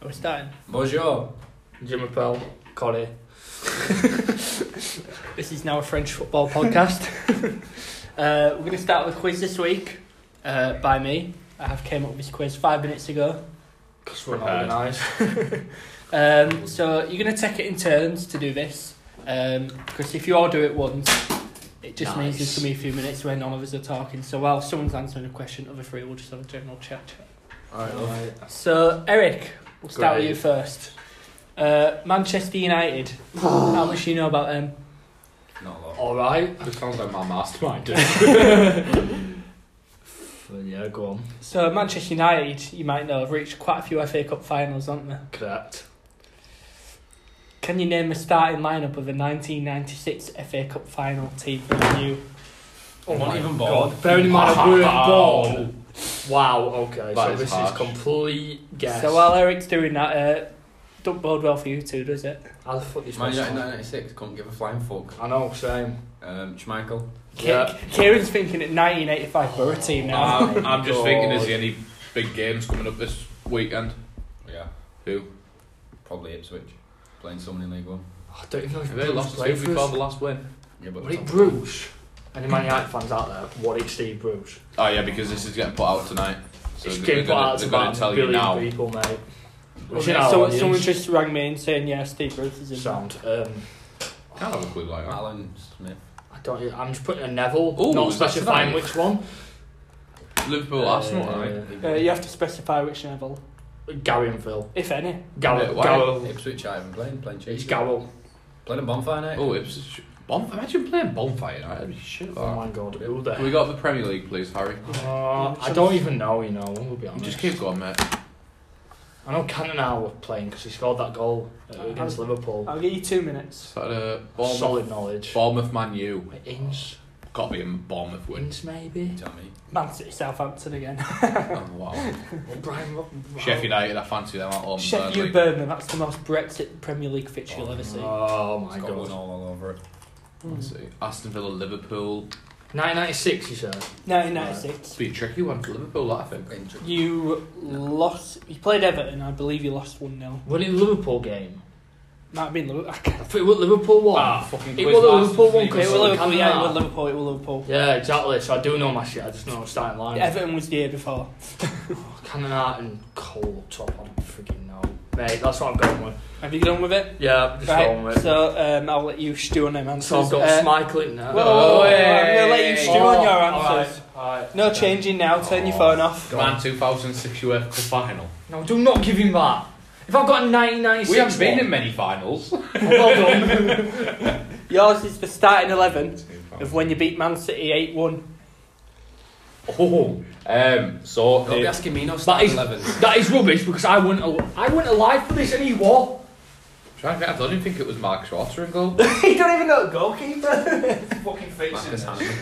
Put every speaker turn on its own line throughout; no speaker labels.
Are we Oh, starting?
Bonjour, Jim Appel, Collie.
This is now a French football podcast. uh, we're going to start with quiz this week uh, by me. I have came up with this quiz five minutes ago.
Because we're
Prepared.
organised.
Um, so you're going to take it in turns to do this. Um, because if you all do it once, it just
Nice.
means there's going to be a few minutes where none of us are talking. So while someone's answering a question, other three will just have a general chat.
Alright, love.
So, Eric, we'll start
Great.
with you first. Uh, Manchester United. How much do you know about them?
Not a lot.
Alright, this sounds like my mastermind. dude.
Well, yeah, go on.
So Manchester United, you might know, have reached quite a few FA Cup finals, aren't they?
Correct.
Can you name the starting lineup of the 1996 FA Cup final team that you?
Oh
Not
my
even born.
God, Bearing in mind I weren't born.
Wow, okay,
That
so
is
this
harsh.
is complete guess.
So while Eric's doing that, uh, don't bode well for you two, does it?
I'll put this
Man
one.
United
aside.
1996, couldn't give a flying fuck.
I know, same.
Um, Schmeichel.
Ki-
Yeah.
Kieran's thinking at 1985 Borough team now.
I'm, Um, I'm just
God.
thinking, is there any big games coming up this weekend?
Yeah.
Who?
Probably Ipswich. Playing someone in League One.
I don't even know if
They
Bruce
lost two
played for
before
us.
the last win.
Yeah, but
Was it Bruce? Any Man United fans out there? What is Steve Bruce?
Oh yeah, because this is getting put out tonight. So
it's
they're
getting put
gonna-
out to
they're gonna
about a
tell you
billion
now.
people, mate.
Well,
Was
so-
it our
someone,
audience?
just rang me and saying, yeah, Steve Bruce is in.
sound? Um,
Can't have a clue like that.
Alan Smith.
I don't. I'm just putting a Neville,
Ooh,
not
is that
specifying
tonight?
which one.
Liverpool,
Uh,
Arsenal, right?
Uh, you have to specify which level,
Gary and Phil.
if any.
Garrett.
Yeah, why?
Garrett.
Ipswich, I haven't played. Playing
It's
Chase.
Garrett.
Playing a bonfire night.
Oh, Ipswich. Bonf- Imagine playing Bonfire night. That'd be shit.
Oh
That.
my God, who there?
Can we got the Premier League, please, Harry?
Uh, I don't even know. You know, we'll be honest.
Just keep going, mate.
I know Cannonau were playing because he scored that goal uh, against Liverpool.
I'll give you two minutes.
Is that uh, Bournemouth?
Solid knowledge.
Bournemouth Man U.
Ince,
Got to be a Bournemouth win.
Ince maybe.
Tommy.
Man City, Southampton again.
oh, wow.
Or Brian Rob-
Sheffield United, I fancy them at home.
Sheffield
Burnley.
Birmingham, that's the most Brexit Premier League fixture you'll ever see.
Oh
It's
my
got one
god.
all, all over it.
Mm.
Let's see. Aston Villa, Liverpool.
1996, you said.
Hmm. 1996.
It's been a tricky one for Liverpool, I think.
Injured.
You lost. You played Everton. I believe you lost one 0
Was it Liverpool game?
Might have been Liverpool.
I think it was Liverpool one.
Ah, fucking
It was a Liverpool one
It was
because
Liverpool. Yeah, it was Liverpool. It was Liverpool.
Yeah, exactly. So I do know my shit. I just know the starting line.
Everton was the year before.
Cannonart and Cole up top. I don't freaking know. Mate, that's what I'm going with.
Have you done with it?
Yeah, I'm just going
Right.
with. So,
So um, I'll let you stew on them answers.
I've got
Uh,
Smichael in there.
whoa, whoa, whoa, I'm gonna let you stew on your answers.
Alright, alright.
No changing now. Turn your phone off.
Man, 2006 UEFA Cup final.
No, do not give him that. If I've got a 1996
We haven't been
one-
in many finals.
Well done.
Yours is the starting eleven of when you beat Man City eight one.
Oh, um, so
Don't be
uh,
asking me no
That
start
is,
11.
that is rubbish because I wouldn't, al- I wouldn't alive for this and he won.
trying to think, I don't even think it was Mark Schwarzer in goal.
you don't even know the goalkeeper.
Fucking
Marcus Hansen.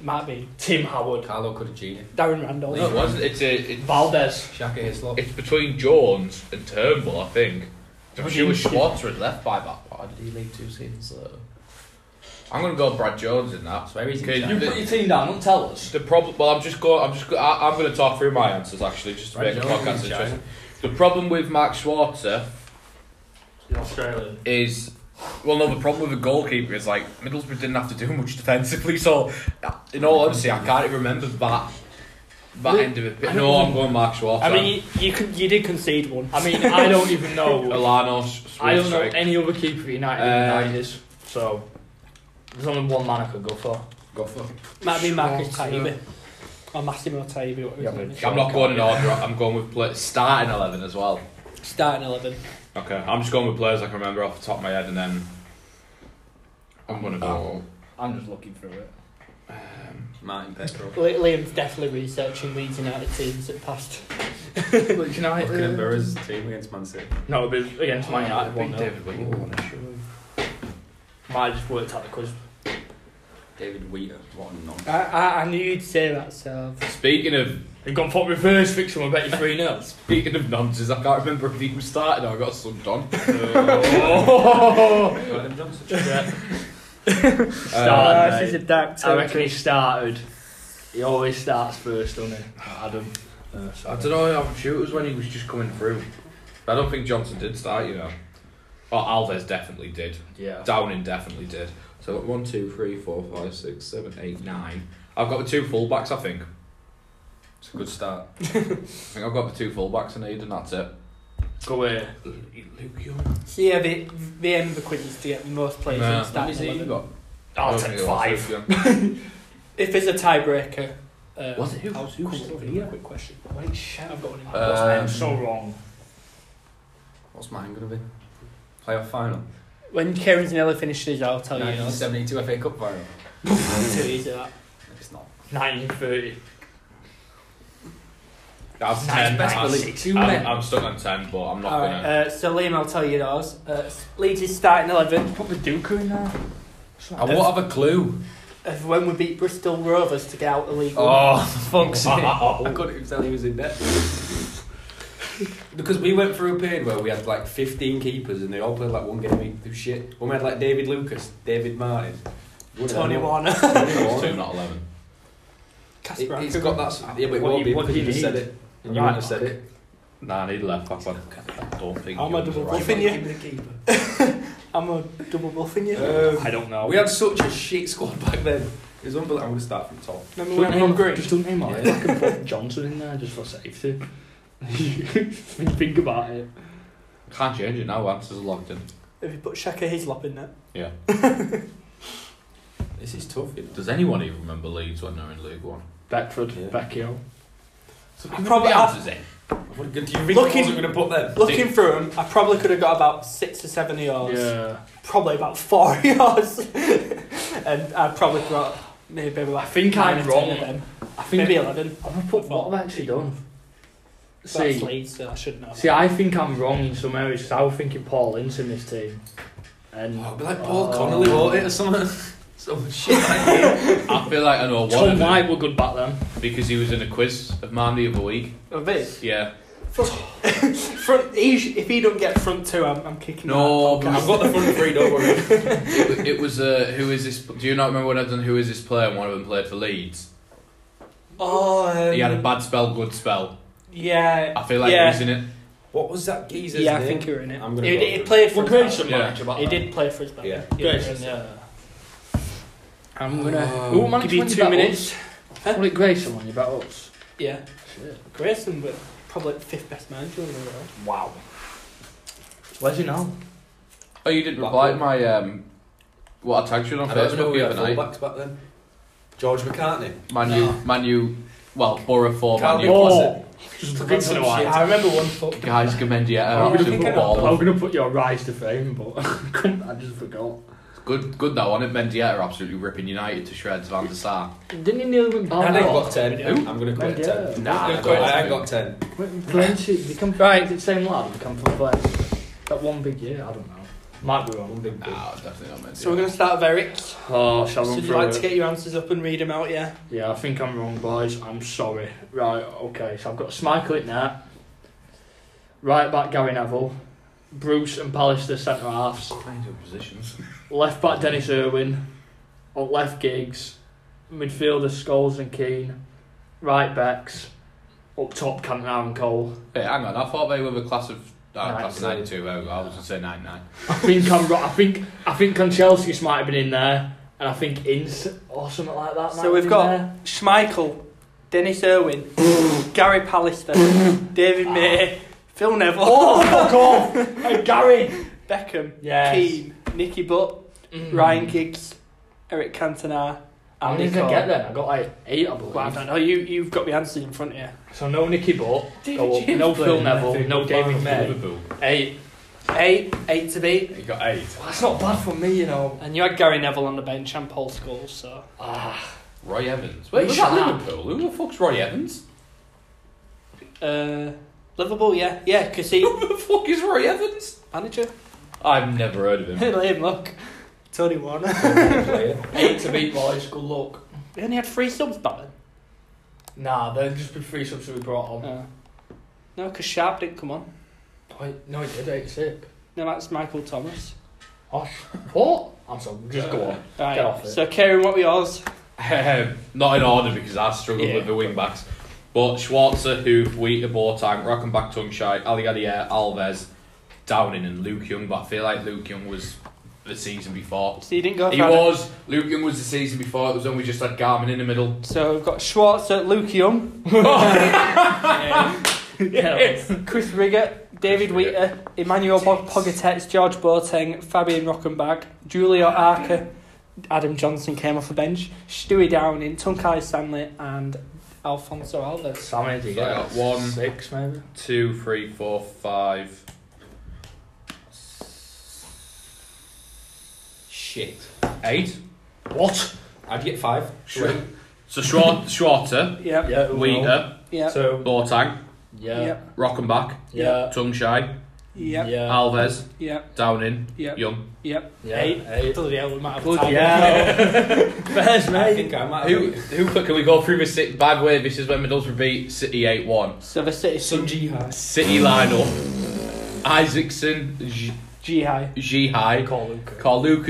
Might be
Tim Howard.
Carlo Cudicini.
Darren Randall.
No, it wasn't. It's, a, it,
Valdez.
Shaka Hislop.
it's between Jones and Turnbull, I think. I'm
Was
sure
he-
Schwarzer had left by that point. Did he leave two seasons though? I'm going to go Brad Jones in that.
That's very easy.
Okay,
to
you-
check.
your team down, don't tell us.
The problem. Well, I'm just going. I'm just. Go, I, I'm going to talk through my answers actually, just to
Right,
make the
no,
podcast
yeah.
interesting. The problem with Mark Schwarzer
You're Australian.
is. Well, no, the problem with a goalkeeper is like Middlesbrough didn't have to do much defensively, so uh, in all honesty, I can't even remember that that
Really?
end of it.
I
But
don't
no, I'm
even-
going Mark Schwarzer.
I mean, you, you could you did concede one.
I mean, I don't even know.
Alanos.
I don't know
Schwarzer.
any other keeper for United
Um,
than United. So, there's only one man I could go for.
Go for it.
Might be Marcus
Schwarzer.
Taibbi. Or Massimo Taibbi, what
Yeah,
was his
but-
name?
I'm not going in order. I'm going with play, starting eleven as well.
Starting 11.
Okay, I'm just going with players I can remember off the top of my head, and then I'm going to go. um,
I'm just looking through it.
Oh.
Martin Petro.
Li- Liam's definitely researching Leeds United teams that passed.
But United.
Looking at Burrows' team against Man City.
No, it'd be against Man United.
Big
One Oh, David.
David Wing.
Might have just worked out the quiz.
David Wheater. What a non.
I, I, I knew you'd say that, so.
Speaking of
They've gone for reverse fiction. I bet you three nils.
Speaking of nonsense, I can't remember if he was starting or I got subbed on.
oh,
Adam Johnson.
yeah.
Uh,
Ah,
mate.
this is a dark
I
time.
reckon he started. He always starts first, doesn't he? Adam. Uh,
I don't know how shooters when he was just coming through. But I don't think Johnson did start, you know. Well, Alves definitely did.
Yeah.
Downing definitely did. So one, two, three, four, five, six, seven, eight, nine. I've got the two fullbacks, I think.
It's a good start.
I think I've got the two fullbacks I need, and that's it.
Go away.
Luke Young.
So yeah, the, the aim of the quiz is to get the most players
Nah.
in starting
Who you
11.
got?
I'll
Oh,
take
Luke
five.
Young.
If it's a tiebreaker, uh,
Was it who-
I'll
who
come
was it
up
over
with
here?
a Quick question. Wait, shit, I've got one in my
Uh,
I'm
Um,
so wrong.
What's mine going to be? Playoff final.
When Kieran Zanella finishes, I'll tell you. I'll
1972 FA Cup final.
tell you that.
It's not.
1930.
That's
Nice,
ten.
best
I'm-
believe.
Two
I'm,
men.
Oh,
I'm stuck on ten, but I'm not
All right,
gonna.
uh, so Liam, I'll tell you yours. Uh, Leeds is starting 11.
Put the Dooku in there.
I won't have a clue.
Of when we beat Bristol Rovers to get out of League One.
Oh, for fuck's sake.
oh,
I couldn't even tell he was in debt. because we went through a period where we had like 15 keepers and they all played like one game each. They were shit. When we had like David Lucas, David Martin, one of them
Tony
all-
Warner.
Tony
It's
Warner.
two, not eleven.
Casper
It, it's
Anker.
got that. s- Yeah, but it
What
won't
you-
be
what
because you
do you
just said
need?
it.
Right.
You wouldn't have said it.
Nah, I need left back. but I don't think.
I'm a
Young's
double
right
buffing
back.
you.
Give me the keeper.
I'm a double buffing you.
Um,
I don't know.
we had such a shit squad back then. It was unbelievable. I'm going to start from top.
Remember when we were great?
Just don't name it.
Yeah.
I can put Johnson in there just for safety. When you think about it.
Can't change it now. Answers are locked in.
If you put Shaka Hislop in there.
This is tough, you know.
Does anyone even remember Leeds when they're in League One?
Beckford,
Yeah.
Becchio.
So
can we Probably put the have-
in.
What- Do you think
Looking-
I wasn't going to put them?
Looking through 'em, I probably could have got about six or seven of yours.
Yeah.
Probably about four of yours. and I probably got maybe about
I think
nine
I'm
or ten
wrong.
of them.
I think
Maybe 11.
I'm gonna put what I've actually done.
That's
See,
Leeds, so I should know.
see, I think I'm wrong in some areas. 'cause I was thinking Paul Lintz in this team, and
Oh, it'd be like Paul Connolly,
Oh.
won't it, or something? Some shit like that.
I feel like I know one
Tom
of them
White were good back then.
because he was in a quiz of mine the other week.
A bit.
Yeah.
Front, he sh- if he don't get front two, I'm, I'm kicking
No,
him
but
out.
I've got the front three. Don't worry. It, wa- it was uh, who is this? Do you not remember when I done who is this player? And one of them played for Leeds.
Oh, um,
He had a bad spell, good spell.
Yeah.
I feel like
Yeah.
he was in it.
What was that geezer's
yeah,
name?
I think you were in it.
I'm gonna
he,
go
he
for it.
played for us.
Yeah.
He did play for us back.
Yeah.
Grayson,
yeah. I'm gonna.
Oh.
Ooh, man,
Give
it's
you
when
two
bet
minutes.
Us.
Huh?
Was it Grayson when you bet us?
Yeah. Grayson was probably the fifth best manager in the world.
Wow. Where's he now?
Oh, you didn't reply to my um, what I tagged you on
I don't know
Facebook
who we
the
had
other night.
fullbacks back then. George McCartney.
Man,
No.
you, man, you, well, Borough four, man,
Calvin
you,
Oh.
Bassett.
Just
Come
looking
on,
to know
some
why.
shit.
I remember one foot.
guys, Gamendia,
Oh,
are
we're
absolute
thinking of-
ball.
I'm gonna put your rise to fame, but I couldn't- I just forgot.
Good, good though, on it. Mendieta absolutely ripping United to shreds. Van der Sar.
Didn't he nearly win
I ain't
Ballon
got 10.
Who?
I'm going to quit
Yeah.
10.
Nah,
I'm
I
gonna quit.
don't
I ain't
think-
got 10.
Valencia, they come from, right. the same lad, they come from Valencia. That one big year, I don't know. Might be
One
wrong.
big big.
Nah, definitely not Mendieta.
So we're going to start with Eric. So
Oh, shall I run
would you
through
like
it?
to get your answers up and read them out, yeah?
Yeah, I think I'm wrong, boys. I'm sorry. Right, okay, so I've got Smichael at net. Right back, Gary Neville. Bruce and Pallister, centre halves.
Kinds of positions.
Left back, Dennis Irwin. Or left gigs. Midfielder, Scholes and Keane. Right backs. Up top, Cantona and Cole.
Hey, hang on, I thought they were the class of uh, class of
92.
ninety-two. There we go. I was gonna say ninety-nine.
I think I'm wrong. I think I think Conchelskis might have been in there, and I think Ince or something like that. might
So
have
we've
been
got
there.
Schmeichel, Dennis Irwin, Gary Pallister, David May, Phil Neville,
Ah. Oh, fuck off! Hey, Gary.
Beckham,
Yes. Hmm.
Keane, Nicky Butt, Ryan Giggs, Eric Cantona,
How
Andy
many did I
Cole.
get then? I got like eight, I
Well, I
believe.
don't know. You you've got the answers in front of you.
So no Nicky Butt,
David
no,
James
Oh, no
played
Phil
in
Neville, no David May.
Liverpool.
Eight.
Eight, eight to beat.
He got eight.
Well, that's not bad for me, you know.
And you had Gary Neville on the bench and Paul Scholes, so
Ah,
Roy Evans. Wait, was
Shut
that
up.
Liverpool? Who the fuck's Roy Evans?
uh, Liverpool, yeah, yeah, because he
Who the fuck is Roy Evans?
manager.
I've never heard of him.
Let him look. Tony Warner.
player.
eight to beat, boys. Good luck.
He only had three subs back then.
Nah, they'll just be three subs we brought on.
Uh, no, because Sharp didn't come on.
Wait, Oh, no, he did eight sick.
No, that's Michael Thomas.
Oh, sh- what? I'm sorry. Just go on.
Right.
Get off it.
So Kieran, what were yours?
Um, Not in order because I struggled
Yeah.
with the wing backs. But Schwarzer, Hoof, Wheater, Boateng, Rockenbach, Tungshai, Ali Gadier, Alves, Downing, and Luke Young. But I feel like Luke Young was the season before.
So you didn't go.
He
Friday.
was. Luke Young was the season before. It was when we just had Garmin in the middle.
So we've got Schwartz at Luke Young,
Yeah.
Chris Riggett, David
Riggett.
Wheater, Emmanuel Pog- Pogatetz, George Boateng, Fabian Rockenbach, Julio Arca, Adam Johnson came off the bench, Stewie Downing, Tunkai Stanley, and Alfonso Alves.
So how many did you
So I
get?
got one.
Six, maybe?
Two, three, four, five.
Shit.
Eight.
What?
I'd get five.
Sure. So Schwar- Schwarzer,
Yep,
Yeah.
Wheater,
yep,
So,
Boateng,
Yeah.
yep,
Rockenbach,
Yeah.
Tungshai,
yep,
Uh,
Yeah.
Alves,
yep,
Downing,
yep,
Young.
yep.
Eight. Eight.
Bloody hell, we might have time.
bloody hell. Fair's,
I
mate.
think I might
Who,
have.
who can we go through the city? By the way, this is when Middlesbrough beat City 8 1.
So the City
Sun Jihad.
City lineup Isaacson, G-
G high.
Jihai,
Call Luca.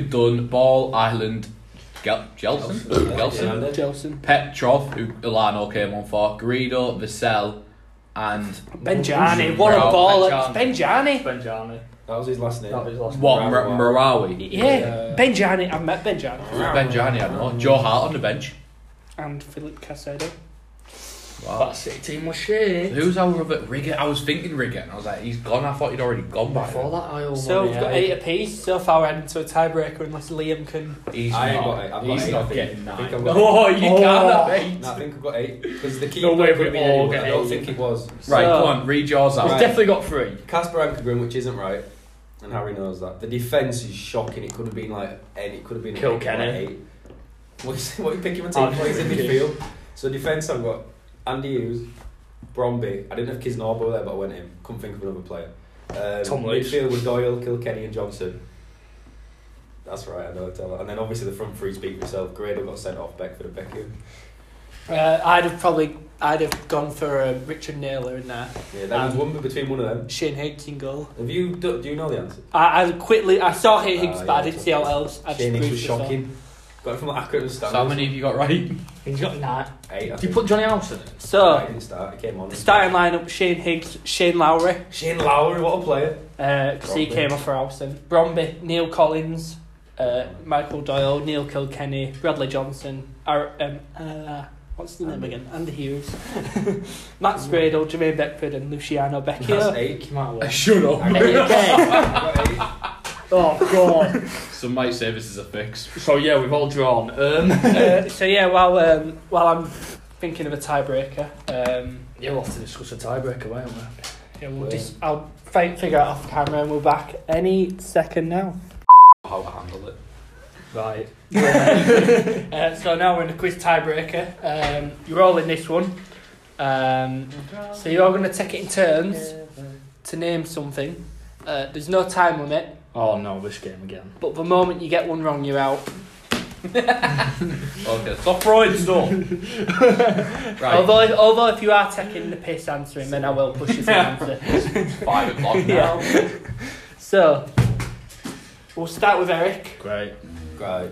Carluca Dunn, Ball, Island, Gel- Gelson?
Gelson.
Gelson?
Yeah.
Jelson.
Petrov, who Ilano came on for, Greedo, Vassell, and
Benjani, what a
Bro,
baller. Benjani.
Benjani.
That was his last name.
That was his last
what?
Mor-
Mor- Morawi.
Yeah, Benjani. I've met Benjani.
Benjani, I know. Joe Hart on the bench.
And Philip Casado.
Wow.
That City team was shit.
Who's our other Riggett? I was thinking Riggett, and I was like, he's gone. I thought he'd already gone by.
Oh, Before
now.
that, I almost.
So we've got eight apiece. So far we're heading to a tiebreaker unless Liam can.
He's
I ain't
not.
got eight. I've got
he's
eight, I
not
think.
getting
I think
nine.
I've got
Oh, you
Oh.
can't have eight.
No, I think I got eight. Because the key.
No way we
could be
all
anyone.
get
I don't
eight.
think it was.
Right,
So-
go on, read yours
He's
out.
Right.
definitely got three.
Casper Ankergren, which isn't right, and Harry knows that. The defence is shocking. It could have been like any. It could have been
Kilkenny.
Like eight. What's- What are you picking my team for? He's in midfield. So defence, I've got Andy Hughes, Bromby. I didn't have Kisnorbo there, but I went him. Couldn't think of another player. Um,
Tom Leach.
midfield with Doyle, Kilkenny, and Johnson. That's right, I know. I tell her. And then obviously the front three speak for itself. Grado got sent off back for the Beckham.
Uh, I'd have probably. I'd have gone for uh, Richard Naylor in there.
Yeah, that was one between one of them.
Shane Higgs in goal.
Have you do, do you know the answer?
I, I quickly. I saw Higgs,
Ah,
but I
yeah,
didn't see how else. I just
Shane Hicks was
briefly saw.
shocking. Got it from like, accurate
So
standards.
how many have you got right?
He's got nine.
Eight. I
Do you
think.
put Johnny House in it?
I
So
didn't start. It came on.
the starting lineup: Shane Higgs, Shane Lowry,
Shane Lowry, what a player.
because Uh, he
Bromby.
came off for Alston. Bromby, Neil Collins, uh, Michael Doyle, Neil Kilkenny, Bradley Johnson, Ar- um, uh, what's the name
Andy.
again? Andy Hughes, Matt Spradle, Jermaine Beckford, and Luciano
That's
Becchio.
eight.
He might win.
Shut
I got eight.
Okay.
I got eight.
Oh, God.
Some might say this is a fix.
so, yeah, we've all drawn. Um,
Uh, so yeah, while um, while I'm thinking of a tiebreaker, um,
yeah, we'll have to discuss a tiebreaker, won't we?
yeah, we'll dis- I'll fi- figure out off camera, and we're back any second now.
How to handle it.
Right.
Uh, so now we're in the quiz tiebreaker. Um, you're all in this one. Um, so you're all going to take it in turns to name something. Uh, there's no time limit,
Oh, no, this game again.
but the moment you get one wrong, you're out.
Okay, stop throwing stuff. right,
Although, although if you are taking the piss answering, then I will push you to answer.
five o'clock now.
Yeah. So we'll start with Eric.
Great.
Right.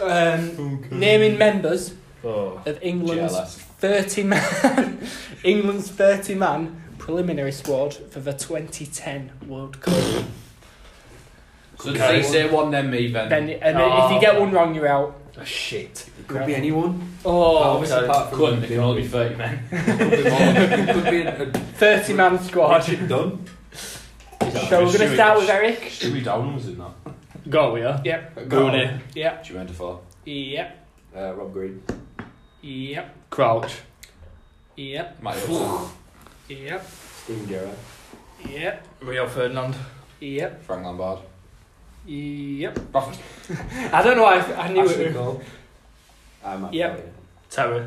Um, naming members
Oh.
of England's
Jealous.
30 man England's 30 man preliminary squad for the 2010 World Cup.
So
Okay.
they say one, then me, then.
Then and if
Oh.
you get one wrong, you're out.
oh shit.
It could be anyone.
Oh,
obviously, apart from
Couldn't, it can only be 30 men.
It could be a, a
30 man squad. So
Richard Dunn.
we're going to start with Eric.
Stewie Down was in that.
Go, yeah?
Yep,
Rooney.
yep,
Jermaine Defoe.
yep,
Uh, Rob Green.
yep,
Crouch.
yep,
Matt Wilson.
yep,
Steven Gerrard.
yep,
Rio Ferdinand.
yep,
Frank Lampard.
yep.
Bradford.
I don't know why I, I knew
Ashley
it.
Cole. Ah, Matt
Yep.
Kelly.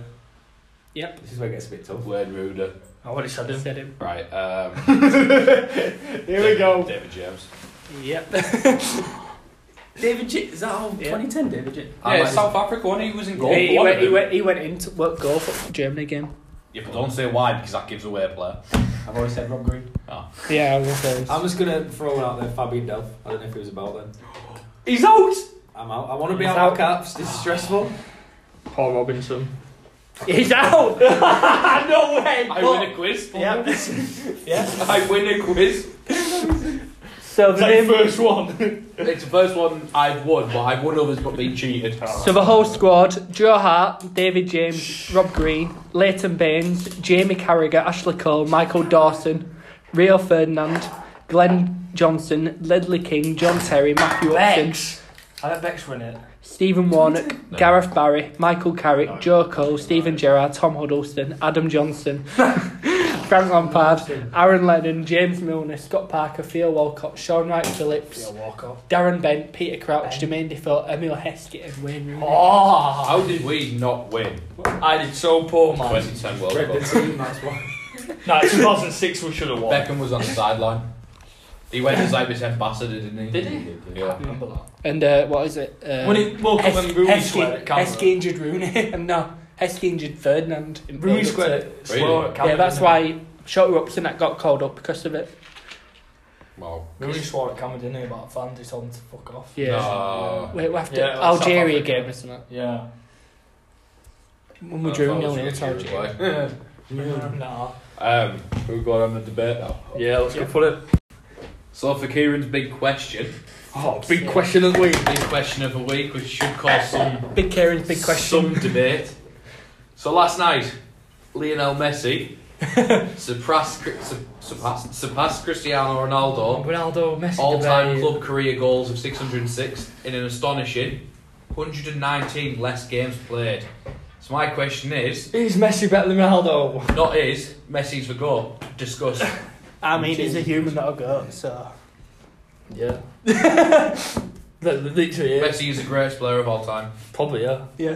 Terry.
This is where it gets a bit tough.
Wayne Ruder.
I already said him.
Said him.
Right, um...
Here we
David-
go.
David James.
Yep.
David J. Is that all?
Yeah.
2010 David J.
Yeah, South Africa, one he was in goal.
He, he
one
went,
of
he,
them.
went, he went into what goal for Germany game.
Yeah, but don't say why, because that gives away a player.
I've already said Rob Green.
Yeah, I was
I'm just going to throw one out there. Fabian Delph. I don't know if he was about then.
He's out.
I'm out. I want to be
He's
out, of
out.
caps. This is stressful.
Paul Robinson.
He's out. no way.
I win a quiz.
Yeah. I win a quiz.
So the name-
one.
It's the first one I've won, but I've won others but been cheated.
So the whole squad: Joe Hart, David James, Rob Green, Leighton Baines, Jamie Carragher, Ashley Cole, Michael Dawson, Rio Ferdinand, Glenn Johnson, Ledley King, John Terry, Matthew Upton,
Bex. I let Bex win it.
Stephen Warnock, Gareth Barry, Michael Carrick, Joe Cole, Stephen Gerrard, Tom Huddleston, Adam Johnson, Frank Lampard, Aaron Lennon, James Milner, Scott Parker, Theo Walcott, Sean Wright Phillips,
Theo Walcott.
Darren Bent, Peter Crouch, Jermaine Defoe, Emil Heskett, and Wayne Rooney.
Oh,
How did we not win?
I did so poor, man.
2010 World
Red the
Cup.
team, that's why.
No, 2006 we should have won.
Beckham was on the sideline. He went as like this ambassador, didn't he?
Did he?
Yeah.
remember that.
And uh, what is it? Uh,
When it woke up and Rooney squared
Heskey
at camera.
Heskey injured Rooney. no, Heskey injured Ferdinand. in
Rooney
build-up
squared
to it.
at slow at camera.
Yeah, that's
didn't
why Shorter Upson that got called up because of it.
Wow.
he? Rooney swore at camera, didn't he, about fans who told him to fuck off.
Yeah.
No.
Wait, we have to
Yeah, well, South
Algeria
Africa.
game, isn't it?
Yeah.
When we drew nil nil to Algeria.
Algeria.
Nah.
Um, we're going on the debate now.
Yeah, let's go for it.
So for Kieran's big question,
Oh, big question of the week.
big question of the week, which should cause some
Big Karen's big question.
some debate. So last night, Lionel Messi surpassed Cri- su- surpassed, surpassed Cristiano Ronaldo
Ronaldo, Messi,
all-time
debate.
club career goals of 606 in an astonishing 119 less games played. So my question is,
Is Messi better than Ronaldo?
not is Messi's the goal? Discuss.
I mean, he's a human, not a goat, so.
Yeah. Literally, yeah.
Messi is the greatest player of all time.
Probably, yeah.
Yeah.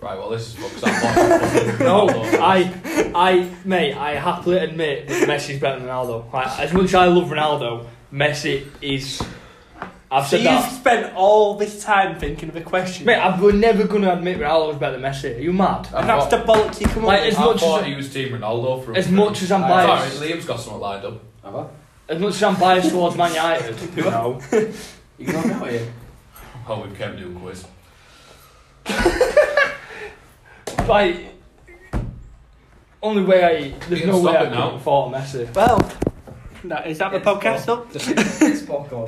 Right. Well, this is fucked up.
No, I, I, mate, I happily admit that Messi's better than Ronaldo. Like, as much as I love Ronaldo, Messi is. I've
So
said
you've
that.
spent all this time thinking of a question.
Mate, I'm, we're never gonna admit Ronaldo's better than Messi. Are you mad?
I
and that's
thought-
the bollocks you come
Like,
up with.
it's-
I
much
thought
as-
he was Team Ronaldo for
As much as I'm biased,
Sorry, Liam's got something lined up.
as much as I'm biased towards Man United, you know,
You got me out here.
Oh, we can't do a quiz.
like, only way I, there's
can
no way
stop
I
it now.
could fault Messi.
Well, that, is that the podcast up?
It's popcorn.